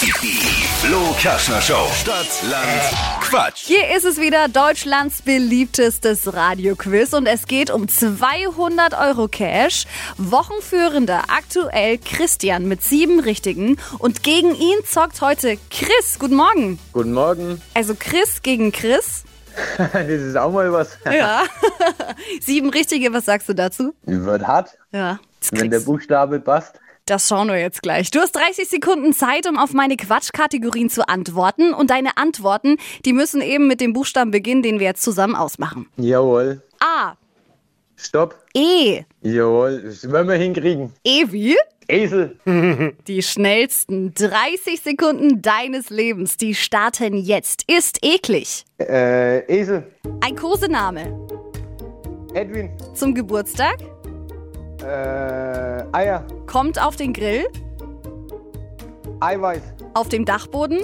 Die Flo Kaschner Show. Stadt, Land, Quatsch. Hier ist es wieder Deutschlands beliebtestes Radioquiz und es geht um 200 Euro Cash. Wochenführender aktuell Christian mit sieben Richtigen und gegen ihn zockt heute Chris. Guten Morgen. Guten Morgen. Also Chris gegen Chris. Das ist auch mal was. Ja. sieben Richtige, was sagst du dazu? Wird hart, Ja. das wenn der kriegst- Buchstabe passt. Das schauen wir jetzt gleich. Du hast 30 Sekunden Zeit, um auf meine Quatschkategorien zu antworten. Und deine Antworten, die müssen eben mit dem Buchstaben beginnen, den wir jetzt zusammen ausmachen. Jawohl. A. Stopp. E. Jawohl. Das werden wir hinkriegen. Evi, Esel. die schnellsten 30 Sekunden deines Lebens, die starten jetzt. Ist eklig. Äh, Esel. Ein Kosename. Edwin. Zum Geburtstag. Äh, Eier. Kommt auf den Grill. Eiweiß. Auf dem Dachboden.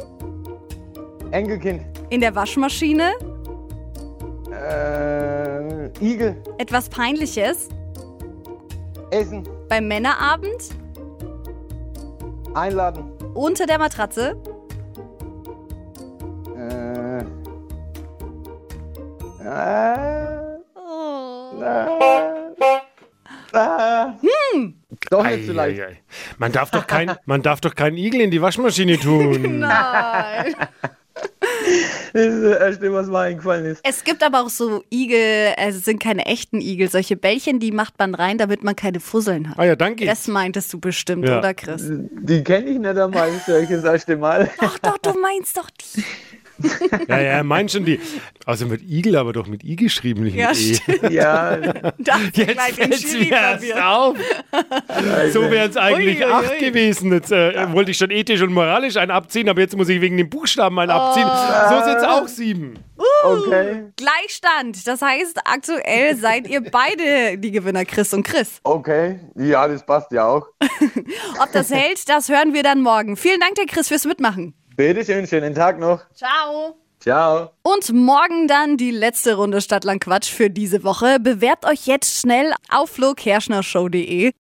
Enkelkind. In der Waschmaschine. Äh, Igel. Etwas Peinliches. Essen. Beim Männerabend. Einladen. Unter der Matratze. Äh, äh, Hm. doch nicht so leicht. Ei, ei, ei. Man darf doch kein, man darf doch keinen Igel in die Waschmaschine tun. Genau. Nein. Das ist das Erste, was mir eingefallen ist. Es gibt aber auch so Igel, also es sind keine echten Igel, solche Bällchen, die macht man rein, damit man keine Fusseln hat. Ah ja, danke. Das meintest du bestimmt, Ja. Mhm. oder Chris? Die kenne ich nicht einmal, sag ich das erste Mal. Doch, doch, du meinst doch die. Ja, ja, mein schon die. Außerdem wird Igel aber doch mit I geschrieben, nicht Ja, mit E. stimmt. Ja, Darfst du Jetzt gleich den fällt's Chili mir erst verwirren. auf. also, So wären es eigentlich Uiuiui. acht gewesen. Jetzt äh, wollte ich schon ethisch und moralisch einen abziehen, aber jetzt muss ich wegen dem Buchstaben Oh. einen abziehen. So sind es auch sieben. okay. Gleichstand. Das heißt, aktuell seid ihr beide die Gewinner, Chris und Chris. Okay. Ja, das passt ja auch. Ob das hält, das hören wir dann morgen. Vielen Dank, der Chris, fürs Mitmachen. Bitte schön, schönen Tag noch. Ciao. Ciao. Und morgen dann die letzte Runde Stadtland Quatsch für diese Woche. Bewerbt euch jetzt schnell auf flokerschnershow.de.